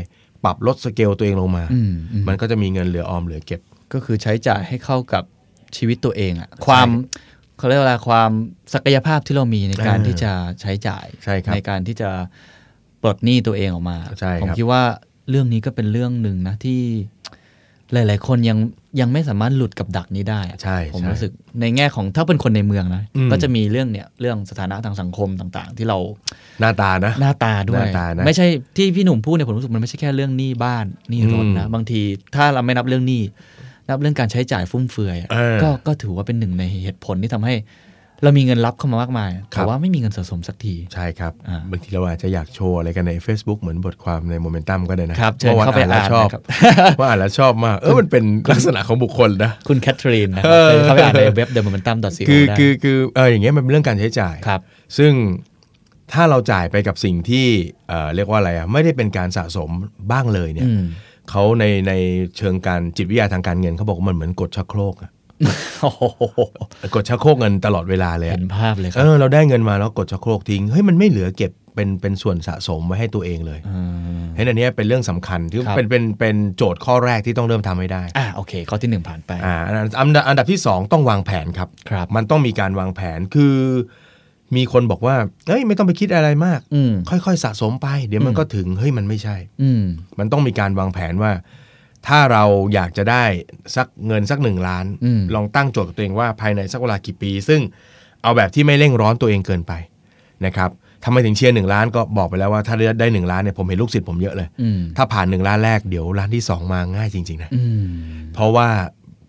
S4: ปรับลดสเกลตัวเองลงมา
S3: อืมอืม
S4: มันก็จะมีเงินเหลือออมเหลือเก็บ
S3: ก็คือใช้จ่ายให้เข้ากับชีวิตตัวเองอะความเขาเรียกว่าอะไรความศักยภาพที่เรามีในการ
S4: เออ
S3: ที่จะใช้จ่าย
S4: ใช่ครับ
S3: การที่จะปลดหนี้ตัวเองออกมา
S4: ใช่ครับ
S3: ผมคิดว่าเรื่องนี้ก็เป็นเรื่องหนึ่งนะที่ หลาย ๆ คนยังยังไม่สามารถหลุดกับดักนี้ได้อะ
S4: ใช่
S3: ผม
S4: ใช่
S3: รู้สึกในแง่ของถ้าเป็นคนในเมืองนะ
S4: อืม
S3: ก็จะมีเรื่องเนี่ยเรื่องสถานะทางสังคมต่าง ๆ ที่เรา
S4: หน้าตานะ
S3: หน้าตาด้วย
S4: หน้าตานะ
S3: ไม่ใช่ที่พี่หนุ่มพูดเนี่ยผมรู้สึกมันไม่ใช่แค่เรื่องหนี้บ้านหนี้รถนะ
S4: อืม
S3: บางทีถ้าเราไม่นับเรื่องหนี้นับเรื่องการใช้จ่ายฟุ่มเฟือยอะ
S4: เออ
S3: ก็ก็ถือว่าเป็นหนึ่งในเหตุผลที่ทำให้ เรามีเงินรับเข้ามามากมาย
S4: ครั
S3: แต่
S4: บ
S3: ว่าไม่มีเงินสะสมสักที
S4: ใช่ครับ
S3: อ่า
S4: บางทีเราอาจจะอยากโชว์อะไรกันใน Facebook เหมือนบทความในโมเมนตัมก็ได้นะครับ
S3: เชิญ
S4: พะว่
S3: เข้าไป
S4: นแล้ว
S3: อ่าน
S4: ชอบ
S3: นะครับ
S4: ว่าอ่านแล้วชอบมาก เออมันเป็นลักษณะของบุคคลนะ
S3: คุณแคทเธอรีนนะค
S4: เ
S3: รับเค
S4: ออ
S3: ยเข้าไปอ่านในเว็บ themomentum.co
S4: คือ
S3: ได้
S4: คือคือเอออย่างเงี้ยมันเป็นเรื่องการใช้จ่าย
S3: ครับ
S4: ซึ่งถ้าเราจ่ายไปกับสิ่งที่เอ่อเรียกว่าอะไรอ่ะไม่ได้เป็นการสะสมบ้างเลยเนี่ย
S3: อืม
S4: เขาในในเชิงการจิตวิทยาทางการเงินเขาบอกว่ามันเหมือนกดชักโครกอะ
S3: โอ้โห
S4: กดชักโครกเงินตลอดเวลาเลย
S3: เห็
S4: อะ
S3: นภาพเลยค
S4: เอ
S3: รับ
S4: อเราได้เงินมาแล้วกดชักโครกทิ้งเฮ้ยมันไม่เหลือเก็บเป็นเป็นส่วนสะสมไว้ให้ตัวเองเลย
S3: ม
S4: เห็นอันเนี้ยเป็นเรื่องสำคัญที่
S3: ครับ
S4: เป็นเป็นเป็นโจทย์ข้อแรกที่ต้องเริ่มทำให้ได้
S3: อ่าโอเค ข้อที่หนึ่งผ่านไป
S4: อ่าอันอันดับอันดับที่ 2 ต้องวางแผนครับ
S3: ครับ
S4: มันต้องมีการวางแผนคือ มีคนบอกว่าเอ้ยไม่ต้องไปคิดอะไรมาก
S3: อืม
S4: ค่อยๆสะสมไป เดี๋ยวมันก็ถึงเฮ้ยมันไม่ใช่
S3: อืม
S4: มันต้องมีการวางแผนว่า ถ้าเราอยากจะได้สักเงินสักหนึ่งล้าน
S3: อืม
S4: ลองตั้งโจทย์กับตัวเองว่าภายในสักเวลากี่ปี ซึ่งเอาแบบที่ไม่เร่งร้อนตัวเองเกินไปนะครับทำไมถึงเชียร์หนึ่งล้านก็บอกไปแล้วว่าถ้าได้หนึ่งล้านเนี่ยผมเห็นลูกศิษย์ผมเยอะเลย
S3: อืม
S4: ถ้าผ่านหนึ่งล้านแรกเดี๋ยวล้านที่สองมาง่ายจริงๆนะ
S3: อืม
S4: เพราะว่า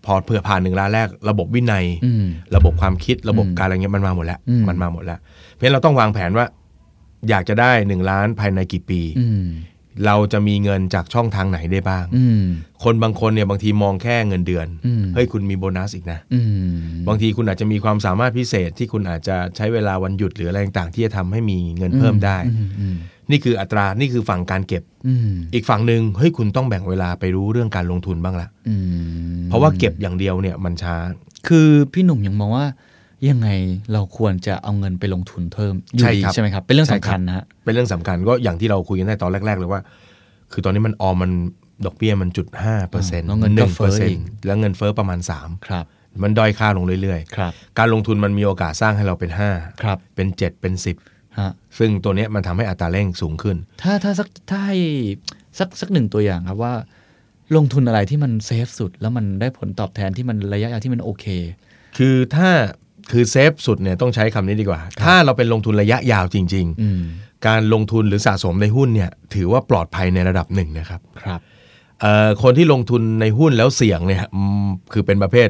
S4: พอเผื่อผ่านหนึ่งล้านแรก ระบบวินัย
S3: อืม
S4: ระบบความคิดระบบการอะไรเงี้ยมันมาหมดแล้ว
S3: อืม
S4: มันมาหมดแล้ว เพราะฉะนั้นเราต้องวางแผนว่า อยากจะได้หนึ่งล้านภายในกี่ปี
S3: อืม
S4: เราจะมีเงินจากช่องทางไหนได้บ้าง
S3: อืม
S4: คนบางคนเนี่ยบางทีมองแค่เงินเดือน
S3: อืม
S4: เฮ้ยคุณมีโบนัสอีกนะ
S3: อืม
S4: บางทีคุณอาจจะมีความสามารถพิเศษที่คุณอาจจะใช้เวลาวันหยุดหรืออะไรต่างๆที่จะทำให้มีเงินเพิ่มได้
S3: อืมอืม
S4: นี่คืออัตรานี่คือฝั่งการเก็บ
S3: อืม
S4: อีกฝั่งหนึ่งเฮ้ยคุณต้องแบ่งเวลาไปรู้เรื่องการลงทุนบ้างละ
S3: อืม
S4: เพราะว่าเก็บอย่างเดียวเนี่ยมันช้า
S3: คือพี่หนุ่มยังมองว่า ยังไงเราควรจะเอาเงินไปลงทุนเพิ่มอยู่
S4: ใช่
S3: ดี
S4: ครับ
S3: ใช่ไหมครับ เป็นเรื่อง
S4: ใช่
S3: สำ
S4: ครับ
S3: คัญนะฮะ
S4: เป็นเรื่องสำคัญก็อย่างที่เราคุยกันได้ตอนแรก ๆ เลยว่า คือตอนนี้มันออมมันดอกเบี้ยมันจุดห้าเปอร์เซ็นต์
S3: แล้วเงินก็เฟ้ออีก
S4: แล้วเงินเฟ้อประมาณ
S3: ครับ
S4: 3 มันด้อยค่าลงเรื่อย
S3: ครับ
S4: ๆ การลงทุนมันมีโอกาสสร้างให้เราเป็น 5
S3: ครับ
S4: เป็น 7 เป็น
S3: ฮะ
S4: 10 ซึ่งตัวเนี้ยมันทำให้อัตราเร่งสูงขึ้น
S3: ถ้าถ้าสักถ้าให้สักสักหนึ่งตัวอย่างครับว่า ลงทุนอะไรที่มันเซฟสุด แล้วมันได้ผลตอบแทนที่มันระยะยาวที่มันโอเค
S4: คือถ้าคือเซฟสุดเนี่ยต้องใช้คำนี้ดีกว่า ถ้าเราเป็นลงทุนระยะยาวจริง
S3: อืม
S4: ๆ การลงทุนหรือสะสมในหุ้นเนี่ยถือว่าปลอดภัยในระดับหนึ่งนะครับ
S3: ครับ
S4: เอ่อคนที่ลงทุนในหุ้นแล้วเสี่ยงเนี่ยอืมคือเป็นประเภท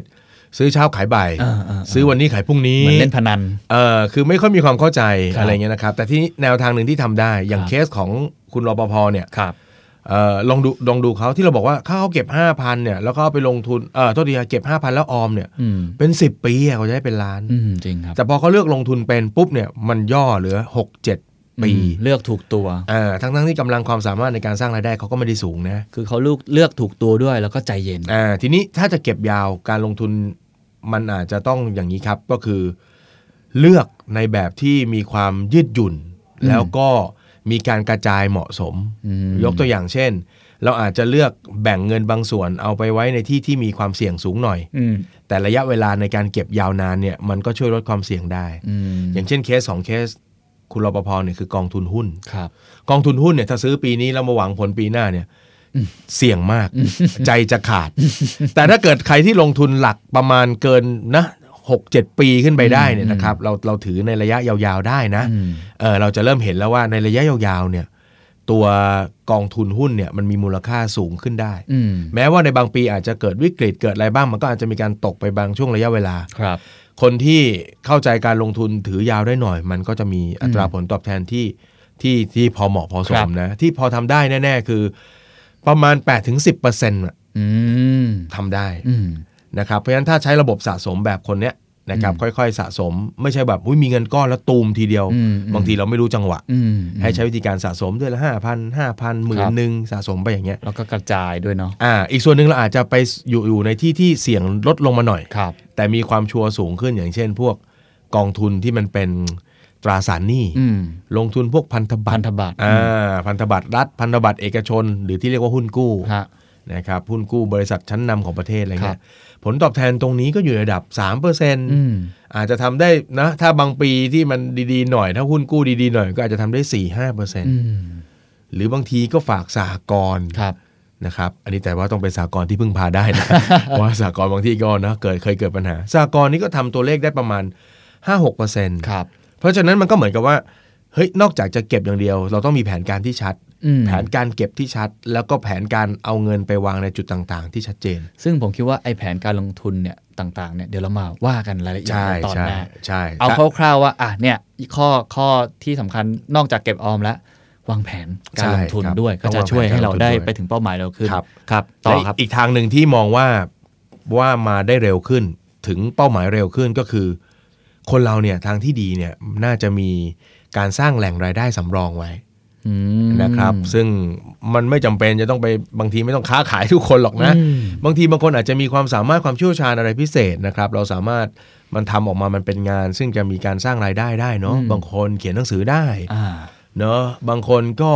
S4: ซื้อเช้าขายบ่าย
S3: อ่าอ่าอ่า
S4: ซื้อวันนี้ขายพรุ่งนี้
S3: เหมือนเล่นพนัน
S4: เอ่อคือไม่ค่อยมีความเข้าใจ
S3: ครับ
S4: อะไรเงี้ยนะครับ แต่ที่แนวทางหนึ่งที่ทำได้อย่าง
S3: ครับ
S4: เคสของคุณรปภเนี่ย
S3: ครับ
S4: เอ่อลองดูลองดูเขาที่เราบอกว่าเขาเอาเก็บ 5,000เนี่ยแล้วก็เอาไปลงทุนเอ่อโทษทีครับเก็บ 5,000 แล้วออมเนี่ย
S3: อืม
S4: เป็น 10 ปีอะเขาจะได้เป็นล้าน
S3: อืมจริงครับ
S4: แต่พอเขาเลือกลงทุนเป็นปุ๊บเนี่ยมันย่อเหลือ 6-7 ปี
S3: อืมเลือกถูกตัว
S4: เอ่อทั้งทั้งๆที่กำลังความสามารถในการสร้างรายได้เขาก็ไม่ได้สูงนะ
S3: คือเขาลูกเลือกถูกตัวด้วยแล้วก็ใจเย็น
S4: อ่าทีนี้ถ้าจะเก็บยาวการลงทุนมันอาจจะต้องอย่างนี้ครับก็คือเลือกในแบบที่มีความยืดหยุ่น
S3: อืม
S4: แล้วก็มีการกระจายเหมาะสม
S3: อืม
S4: ยกตัวอย่างเช่น เราอาจจะเลือกแบ่งเงินบางส่วนเอาไปไว้ในที่ที่มีความเสี่ยงสูงหน่อย
S3: อืม
S4: แต่ระยะเวลาในการเก็บยาวนานเนี่ยมันก็ช่วยลดความเสี่ยงได้
S3: อืม
S4: อย่างเช่นเคสสองเคส คุณรปภเนี่ยคือกองทุนหุ้น
S3: ครับ
S4: กองทุนหุ้นเนี่ยถ้าซื้อปีนี้แล้วมาหวังผลปีหน้าเนี่ยเสี่ยงมาก ใจจะขาด แต่ถ้าเกิดใครที่ลงทุนหลักประมาณเกินนะหกเจ็ดปีขึ้นไปได้เนี่ยนะครับเราเราถือในระยะยาวๆได้นะ
S3: อืม
S4: เออเราจะเริ่มเห็นแล้วว่าในระยะยาวๆเนี่ยตัวกองทุนหุ้นเนี่ยมันมีมูลค่าสูงขึ้นได้
S3: อืม
S4: แม้ว่าในบางปีอาจจะเกิดวิกฤตเกิดอะไรบ้าง มันก็อาจจะมีการตกไปบางช่วงระยะเวลา
S3: ครับ
S4: คนที่เข้าใจการลงทุนถือยาวได้หน่อย มันก็จะมีอัตราผลตอบแทนที่ที่ที่พอเหมาะพอส
S3: ครั
S4: ม
S3: บ
S4: นะที่พอทำได้แน่ ๆ คือประมาณ 8-10%ถึงอะ
S3: อืม
S4: ทำได้
S3: อืม
S4: นะครับเพราะฉะนั้นถ้าใช้ระบบสะสมแบบคนเนี้ยนะครับ
S3: อืม
S4: ค่อยๆสะสม ไม่ใช่แบบอุ๊ยมีเงินก้อนแล้วตูมทีเดียว
S3: อืมอืม
S4: บางทีเราไม่รู้จังหวะ
S3: อืม
S4: ให้ใช้วิธีการสะสมเดือนละห้าพันห้าพันหมื่นหนึ่งสะสมไปอย่างเงี้ย
S3: แล้วก็กระจายด้วยเนาะ
S4: อ่าอีกส่วนหนึ่งเราอาจจะไปอยู่อยู่ในที่ที่เสี่ยงลดลงมาหน่อย
S3: ครับ
S4: แต่มีความชัวร์สูงขึ้นอย่างเช่น พวกกองทุนที่มันเป็นตราสารหนี้
S3: อืม
S4: ลงทุนพวกพันธบั
S3: พั
S4: ต
S3: น
S4: ร
S3: ธบัตร
S4: อ่าพันธบัตรรัฐ พันธบัตรเอกชน หรือที่เรียกว่าหุ้นกู้
S3: ฮะ
S4: นะครับหุ้นกู้บริษัทชั้นนำของประเทศอะไร
S3: ครั
S4: เงี้
S3: บ
S4: ยผลตอบแทนตรงนี้ก็อยู่ในระดับ 3%อ
S3: อืม
S4: อาจจะทำได้นะถ้าบางปีที่มันดีๆหน่อยถ้าหุ้นกู้ดีๆหน่อยก็อาจจะทำได้ 4
S3: อืม
S4: 5หรือบางทีก็ฝากสหกรณ์
S3: ครับ
S4: นะครับ อันนี้แต่ว่าต้องเป็นสากลที่พึ่งพาได้ นะ เพราะว่าสากลบางที่ก็นะเกิดเคยเกิดปัญหาสากลนี้ก็ทำตัวเลขได้ประมาณ 5-6%เ
S3: ครับ
S4: เพราะฉะนั้นมันก็เหมือนกับว่าเฮ้ยนอกจากจะเก็บอย่างเดียว เราต้องมีแผนการที่ชัด
S3: อืม
S4: แผนการเก็บที่ชัด แล้วก็แผนการเอาเงินไปวางในจุดต่างๆ ที่ชัดเจน
S3: ซึ่งผมคิดว่าไอ้แผนการลงทุนเนี่ยต่างๆเนี่ยเดี๋ยวเรามาว่ากันรายละเอียด
S4: ใช่
S3: ในตอน
S4: ใช่
S3: หน้า
S4: ใช่
S3: เอา
S4: ถ้
S3: คร่าวๆว่าอ่ะเนี่ยข้อข้อที่สำคัญนอกจากเก็บออมแล้ว วางแผนการลงทุน
S4: ใช่ครับ
S3: ด้วย ก็
S4: ต้
S3: จะ
S4: องวางแผน
S3: ช่วยให้เราได้
S4: การลงทุนด้วย
S3: ไปถึงเป้าหมายเราขึ้น
S4: ครับ
S3: ครับต่อ
S4: และ
S3: ครับ
S4: อีกทางหนึ่งที่มองว่าว่ามาได้เร็วขึ้น ถึงเป้าหมายเร็วขึ้นก็คือ คนเราเนี่ยทางที่ดีเนี่ยน่าจะมีการสร้างแหล่งรายได้สำรองไว้
S3: อ อืม
S4: นะครับ ซึ่งมันไม่จำเป็นจะต้องไปบางทีไม่ต้องค้าขายทุกคนหรอกนะ
S3: อืม
S4: บางทีบางคนอาจจะมีความสามารถความเชี่ยวชาญอะไรพิเศษนะครับ เราสามารถมันทำออกมามันเป็นงาน ซึ่งจะมีการสร้างรายได้ได้เนาะบางคนเขียนหนังสือได้
S3: อ่า
S4: เนาะบางคนก็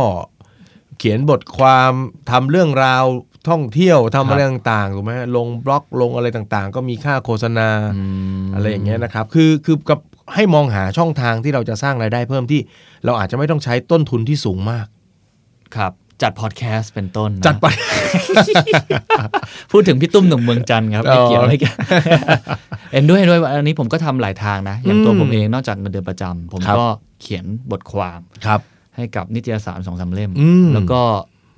S4: เขียนบทความทำเรื่องราวท่องเที่ยวทำอะไรต่างๆถูกไหมฮะลงบล็อกลงอะไรต่างๆ ก็มีค่าโฆษณาอะไรอย่างเงี้ยนะครับ คือคือกับให้มองหาช่องทางที่เราจะสร้างรายได้เพิ่มที่ เราอาจจะไม่ต้องใช้ต้นทุนที่สูงมาก
S3: ครับ จัดพอดแคสต์เป็นต้นนะ
S4: จัดไป
S3: พูดถึงพี่ตุ้มหนุ่มเมืองจันทร์ครับ ไม่เกี่ยว
S4: อ๋อ
S3: ไม่เกี่ ยว เห็นด้วยเห็นด้วยว่าอันนี้ผมก็ทำหลายทางนะ อย่างตัว
S4: อืม
S3: ผมเองนอกจากเงินเดือนประจำผม
S4: ครับ
S3: ก็เขียนบทความ
S4: ครับ
S3: ให้กับนิตยสารสองสาเล่ม
S4: อืม
S3: แล้วก็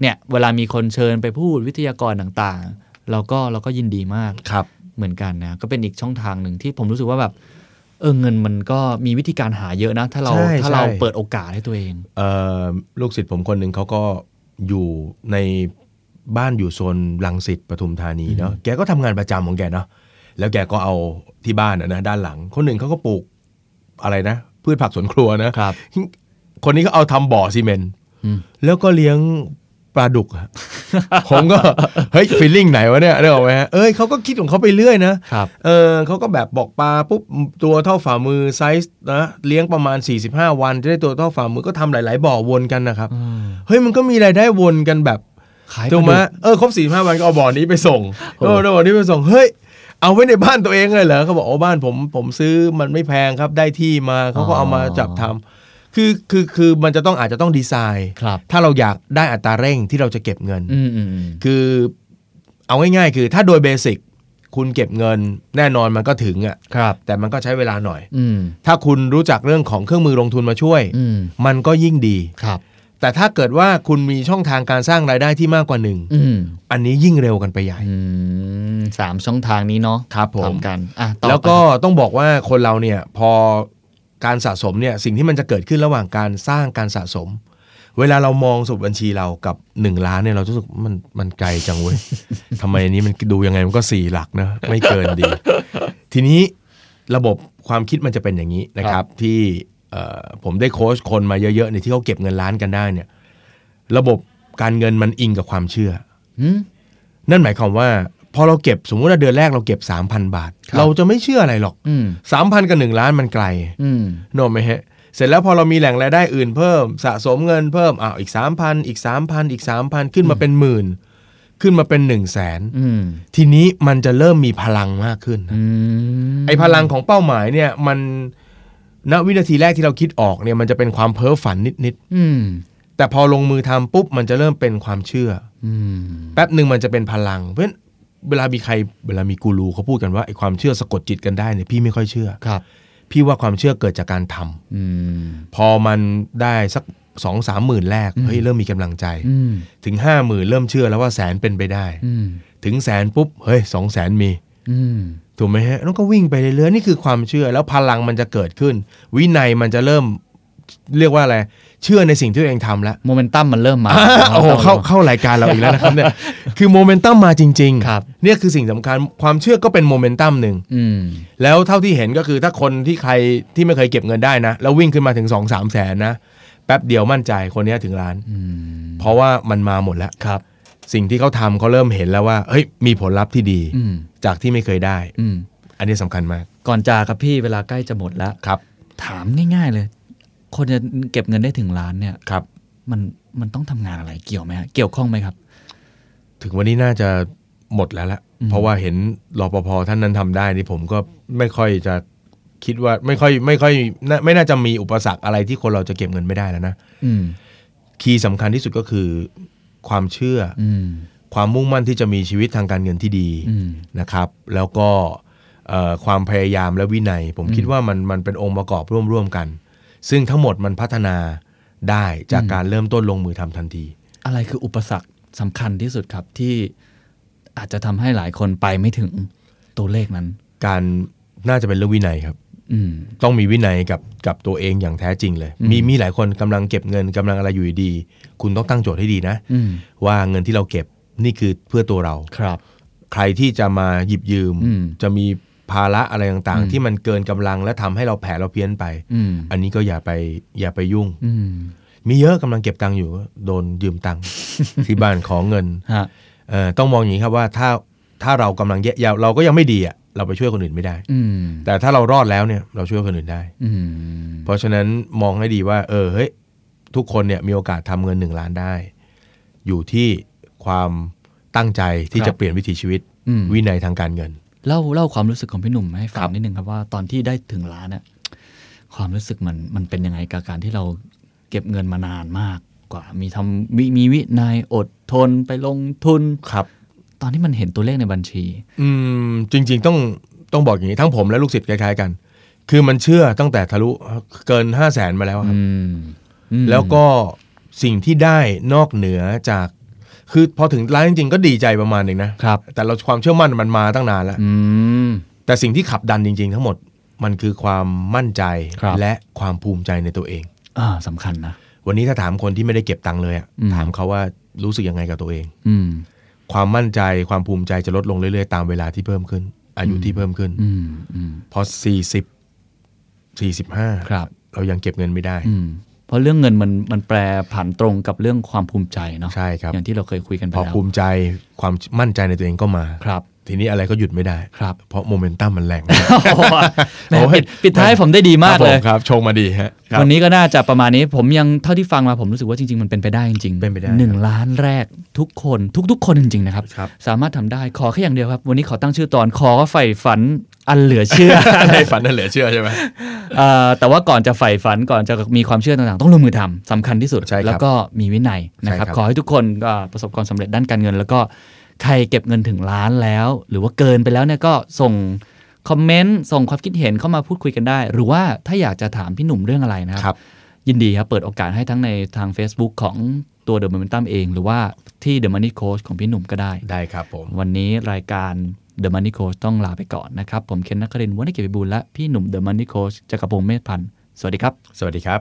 S3: เนี่ยเวลามีคนเชิญไปพูดวิทยากรต่างๆ เราก็เราก็ยินดีมาก
S4: ครับ
S3: เหมือนกันนะ ก็เป็นอีกช่องทางหนึ่งที่ผมรู้สึกว่าแบบ เออเงินมันก็มีวิธีการหาเยอะนะ ถ้าเรา
S4: ใช่
S3: ถ้าเรา
S4: ใช่
S3: เปิดโอกาสให้ตัวเอง
S4: เอ่อลูกศิษย์ผมคนหนึ่งเขาก็อยู่ในบ้านอยู่โซนลังสิตปทุมธานีเนาะแกก็ทำงานประจำของแกเนาะแล้วแกก็เอาที่บ้านอะนะด้านหลัง คนหนึ่งเขาก็ปลูกอะไรนะ พืชผักสวนครัวนะครับ คนนี้ก็เอาทำบ่อซีเมนต์
S3: อืม
S4: แล้วก็เลี้ยงปลาดุกอะ ผมก็ เฮ้ยฟีลลิ่งไหนวะเนี่ยได้ออกไหมฮะเอ้ยเขาก็คิดของเขาไปเรื่อยนะ
S3: ครับ
S4: เออเขาก็แบบบอกปลาปุ๊บตัวเท่าฝ่ามือไซส์นะเลี้ยงประมาณ 45 วัน จะได้ตัวเท่าฝ่ามือก็ทำหลาย ๆ บ่อวนกันนะครับ เฮ้ยมันก็มีรายได้วนกันแบบ
S3: ขายปลาดุก
S4: ถูกไหมเออครบ45 วันก็เอาบ่อนี้ไปส่ง
S3: โอ้
S4: เออเอาบ่อนี้ไปส่งเฮ้ยเอาไว้ในบ้านตัวเองเลยเหรอเขาบอกโอ้บ้านผมผมซื้อมันไม่แพงครับได้ที่มาเขาก็เอามาจับทำคือคือคือมันจะต้องอาจจะต้องดีไซน์
S3: ครับ
S4: ถ้าเราอยากได้อัตราเร่งที่เราจะเก็บเงิน
S3: อืมอืมอืม
S4: คือเอาง่ายๆ คือถ้าโดยเบสิกคุณเก็บเงินแน่นอนมันก็ถึงอะ่ะ
S3: ครับ
S4: แต่มันก็ใช้เวลาหน่อย
S3: อืม
S4: ถ้าคุณรู้จักเรื่องของเครื่องมือลงทุนมาช่วย
S3: อืม
S4: มันก็ยิ่งดี
S3: ครับ
S4: แต่ถ้าเกิดว่าคุณมีช่องทางการสร้างรายได้ที่มากกว่าหนึ่ง
S3: อืม
S4: อันนี้ยิ่งเร็วกันไปใหญ่
S3: อืมสามช่องทางนี้เนาะ
S4: ครับผม
S3: ทำกันอ่ะต่อ
S4: แล้วก็
S3: ไป
S4: ต้องบอกว่าคนเราเนี่ยพอการสะสมเนี่ยสิ่งที่มันจะเกิดขึ้นระหว่างการสร้างการสะสม เวลาเรามองสมุดบัญชีเรากับ 1 ล้านเนี่ยเราจะรู้สึกมันมันไกลจังเว้ย ทำไมอันนี้มันดูยังไงมันก็ 4 หลักนะไม่เกินดี ทีนี้ระบบความคิดมันจะเป็นอย่างนี้นะค
S3: ครั
S4: รับ
S3: บ
S4: ที่เอ่อผมได้โค้ชคนมาเยอะๆในยที่เขาเก็บเงินล้านกันได้เนี่ยระบบการเงินมันอิงกับความเชื่อ
S3: หืม
S4: นั่นหมายความว่าพอเราเก็บสมมติว่าเดือนแรกเราเก็บ 3,000 บาท
S3: ครับ
S4: เราจะไม่เชื่ออะไรหรอก
S3: อืม
S4: สามพันกับหนึ่งล้านมันไกล
S3: อืม
S4: นกออกไหมฮะ เสร็จแล้วพอเรามีแหล่งรายได้อื่นเพิ่ม สะสมเงินเพิ่มอ้าวอีกสามพันอีกสามพันอีกสามพันขึ้นมาเป็นหมื่น ขึ้นมาเป็นหนึ่งแสน
S3: อืม
S4: ทีนี้มันจะเริ่มมีพลังมากขึ้น
S3: อืม
S4: ไอ้พลังของเป้าหมายเนี่ยมันณวินาทีแรกที่เราคิดออกเนี่ยมันจะเป็นความเพ้อฝันนิด
S3: อืม
S4: ๆ แต่พอลงมือทำปุ๊บมันจะเริ่มเป็นความเชื่อ
S3: อืม
S4: แป๊บหนึ่งมันจะเป็นพลัง เพราะฉะนั้นเวลามีใครเวลามีกูรูเขาพูดกันว่าไอ้ความเชื่อสะกดจิตกันได้เนี่ยพี่ไม่ค่อยเชื่อ
S3: ครับ
S4: พี่ว่าความเชื่อเกิดจากการทำ
S3: อืม
S4: พอมันได้สักสองสามหมื่นแรกเฮ้ยเริ่มมีกำลังใจ
S3: อืม
S4: ถึงห้าหมื่นเริ่มเชื่อแล้วว่าแสนเป็นไปได้
S3: อืม
S4: ถึงแสนปุ๊บ เฮ้ยสองแสนมี
S3: อืม
S4: ถูกไหมฮะแล้วก็วิ่งไปเรื่อยๆนี่คือความเชื่อแล้วพลังมันจะเกิดขึ้น วินัยมันจะเริ่มเรียกว่าอะไร เชื่อในสิ่งที่ตัวเองทำแล้ว
S3: โมเมนตัมมันเริ่มมา
S4: โอ้โหเข้า
S3: ครับ
S4: เข้ารายการเราอีกแล้วนะครั บเนี่ยคือโมเมนตัมมาจริง
S3: ครับ
S4: เนี่ยคือสิ่งสำคัญความเชื่อก็เป็นโมเมนตัมหนึ่ง
S3: อืม
S4: แล้วเท่าที่เห็นก็คือถ้าคนที่ใครที่ไม่เคยเก็บเงินได้นะ แล้ววิ่งขึ้นมาถึง2องสามแสนนะ แป๊บเดียวมั่นใจคนเนี้ยถึงล้าน
S3: อืม
S4: เพราะว่ามันมาหมดแล้ว
S3: ครับ
S4: สิ่งที่เขาทำเขาเริ่มเห็นแล้วว่าเฮ้ยมีผลลัพธ์ที่ดี
S3: อืม
S4: จากที่ไม่เคยได้
S3: อืม
S4: อันนี้สำคัญมาก
S3: ก่อนจากครับพี่เวลาใกล้จะหมดแล้ว
S4: ครับ
S3: ถามง่าย ๆ เลย คนจะเก็บเงินได้ถึงล้านเนี่ย
S4: ครับ
S3: มัน มันต้องทำงานอะไรเกี่ยวไหมฮะ เกี่ยวข้องไหมครับ
S4: ถึงวันนี้น่าจะหมดแล้วละเพราะว่าเห็นรปภท่านนั้นทำได้นี่ผมก็ไม่ค่อยจะคิดว่าไม่ค่อยไม่ค่อยน่าไม่น่าจะมีอุปสรรคอะไรที่คนเราจะเก็บเงินไม่ได้แล้วนะ
S3: อืม
S4: คีย์สำคัญที่สุดก็คือความเชื่ออ
S3: อืม
S4: ความมุ่งมั่นที่จะมีชีวิตทางการเงินที่ดี
S3: อืม
S4: นะครับ แล้วก็เอ่อความพยายามและวินัย ผมคิดว่ามันมันเป็นองค์ประกอบร่วมร่วมกัน ซึ่งทั้งหมดมันพัฒนาได้จากการเริ่มต้นลงมือทำทันที
S3: อะไรคืออุปสรรคสำคัญที่สุดครับที่อาจจะทำให้หลายคนไปไม่ถึงตัวเลขนั้น
S4: การน่าจะเป็นเรื่องวินัยครับ
S3: อืม
S4: ต้องมีวินัยกับกับตัวเองอย่างแท้จริงเลย มีมีหลายคนกำลังเก็บเงินกำลังอะไรอยู่ดีๆคุณต้องตั้งโจทย์ให้ดีนะ
S3: อืม
S4: ว่าเงินที่เราเก็บนี่คือเพื่อตัวเรา
S3: ครับ
S4: ใครที่จะมาหยิบยืม
S3: อืม
S4: จะมีภาระอะไรต่างๆ ที่มันเกินกำลังและทำให้เราแผลเราเพี้ยนไป
S3: อืม
S4: อันนี้ก็อย่าไปอย่าไปยุ่ง
S3: อืม
S4: จ มีเยอะกำลังเก็บตังค์อยู่ก็โดนยืมตังค์ ที่บ้านขอเงิน
S3: ฮะ
S4: เอ่อต้องมองอย่างนี้ครับว่าถ้าถ้าเรากำลังแย่ยเราก็ยังไม่ดีอ่ะเราไปช่วยคนอื่นไม่ได้
S3: อืม
S4: แต่ถ้าเรารอดแล้วเนี่ยเราช่วยคนอื่นได้
S3: อืม
S4: เพราะฉะนั้นมองให้ดีว่า เออเฮ้ยทุกคนเนี่ยมีโอกาสทำเงินหนึ่งล้านได้ อยู่ที่ความตั้งใจที่จะเปลี่ยนวิถีชีวิต
S3: อืม
S4: วินัยทางการเงิน
S3: เล่าเล่าความรู้สึกของพี่หนุ่มให้ฟั
S4: ครั
S3: ง
S4: บ
S3: นิดนึงครับว่าตอนที่ได้ถึงล้านอะความรู้สึกมันมันเป็นยังไงกับการที่เราเก็บเงินมานานมากกว่า มีทำมีมีวินัยอดทนไปลงทุน
S4: ครับ
S3: ตอนที่มันเห็นตัวเลขในบัญชี
S4: อืมจริง ๆ ต้องต้องบอกอย่างนี้ทั้งผมและลูกศิษย์คล้ายๆกัน คือมันเชื่อตั้งแต่ทะลุเกิน 5 0 0แสนมาแล้วครับ
S3: อืมอืม
S4: แล้วก็สิ่งที่ได้นอกเหนือจาก คือพอถึงร้านจริง ๆ ก็ดีใจประมาณหนึ่งนะ
S3: ครับ
S4: แต่เราความเชื่อมั่นมันมาตั้งนานแล้ว
S3: อืม
S4: แต่สิ่งที่ขับดันจริง ๆ ทั้งหมดมันคือความมั่นใจ
S3: ครับ
S4: และความภูมิใจในตัวเอง
S3: อ่าสำคัญนะ
S4: วันนี้ถ้าถามคนที่ไม่ได้เก็บตังค์เลยอะ
S3: อืม
S4: ถามเขาว่ารู้สึกยังไงกับตัวเอง
S3: อืม
S4: ความมั่นใจความภูมิใจจะลดลงเรื่อยๆ ตามเวลาที่เพิ่มขึ้น อายุที่เพิ่มขึ้น
S3: อืมอืม
S4: พอสี่สิบสี่สิบห้า
S3: ครับ
S4: เรายังเก็บเงินไม่ได้
S3: อืม เพราะเรื่องเงินมันมันแปรผันตรงกับเรื่องความภูมิใจเนาะ
S4: ใช่ครับ
S3: อย่างที่เราเคยคุยกันไป
S4: พอ
S3: แล้ว
S4: ภูมิใจความมั่นใจในตัวเองก็มา
S3: ครับ
S4: ทีนี้อะไรก็หยุดไม่ได้
S3: ครับ
S4: เพราะโมเมนตัมมันแรง
S3: แหม่
S4: โอ้ย
S3: ปิดปิดท้ายผมได้ดีมากเลย
S4: ครับผครับ ชงมาดีฮะครับ
S3: วันนี้ก็น่าจะประมาณนี้ ผมยังเท่าที่ฟังมาผมรู้สึกว่าจริง ๆ มันเป็นไปได้จริงๆ
S4: เป็นไปได้
S3: หนึ่ง
S4: ครับ
S3: ล้านแรกทุกคนทุก ๆ คนจริง ๆ นะครับ
S4: ครับ
S3: สามารถทำได้ขอแค่อย่างเดียวครับ วันนี้ขอตั้งชื่อตอนขอใฝ่ฝันอันเหลือเชื่อ
S4: ในฝันนั่นเหลือเชื่อใช่ไหม
S3: เอ่อแต่ว่าก่อนจะใฝ่ฝันก่อนจะมีความเชื่อต่างๆ ต้องลงมือทำสำคัญที่สุด
S4: ใช่ครับ
S3: แล้วก็มีวินัยนะครับ
S4: ใช่ครับ
S3: ขอให้ทุกคนก็ประสบความสำเร็จด้านการเงิน แล้วก็ใครเก็บเงินถึงล้านแล้ว หรือว่าเกินไปแล้วเนี่ยก็ส่งคอมเมนต์ส่งความคิดเห็นเข้ามาพูดคุยกันได้ หรือว่าถ้าอยากจะถามพี่หนุ่มเรื่องอะไรนะครับ ยินดีครับ เปิดโอกาสให้ทั้งในทาง Facebook ของตัว The Momentum เอง หรือว่าที่ The Money Coach ของพี่หนุ่มก็ได้
S4: ได้ครับผม
S3: วันนี้รายการ The Money Coach ต้องลาไปก่อนนะครับ ผมเคนนักครินทร์วัฒนเกียรติบูลย์และพี่หนุ่ม The Money Coach จักรพงศ์เมธพันธ์สวัสดีครับ
S4: สวัสดีครับ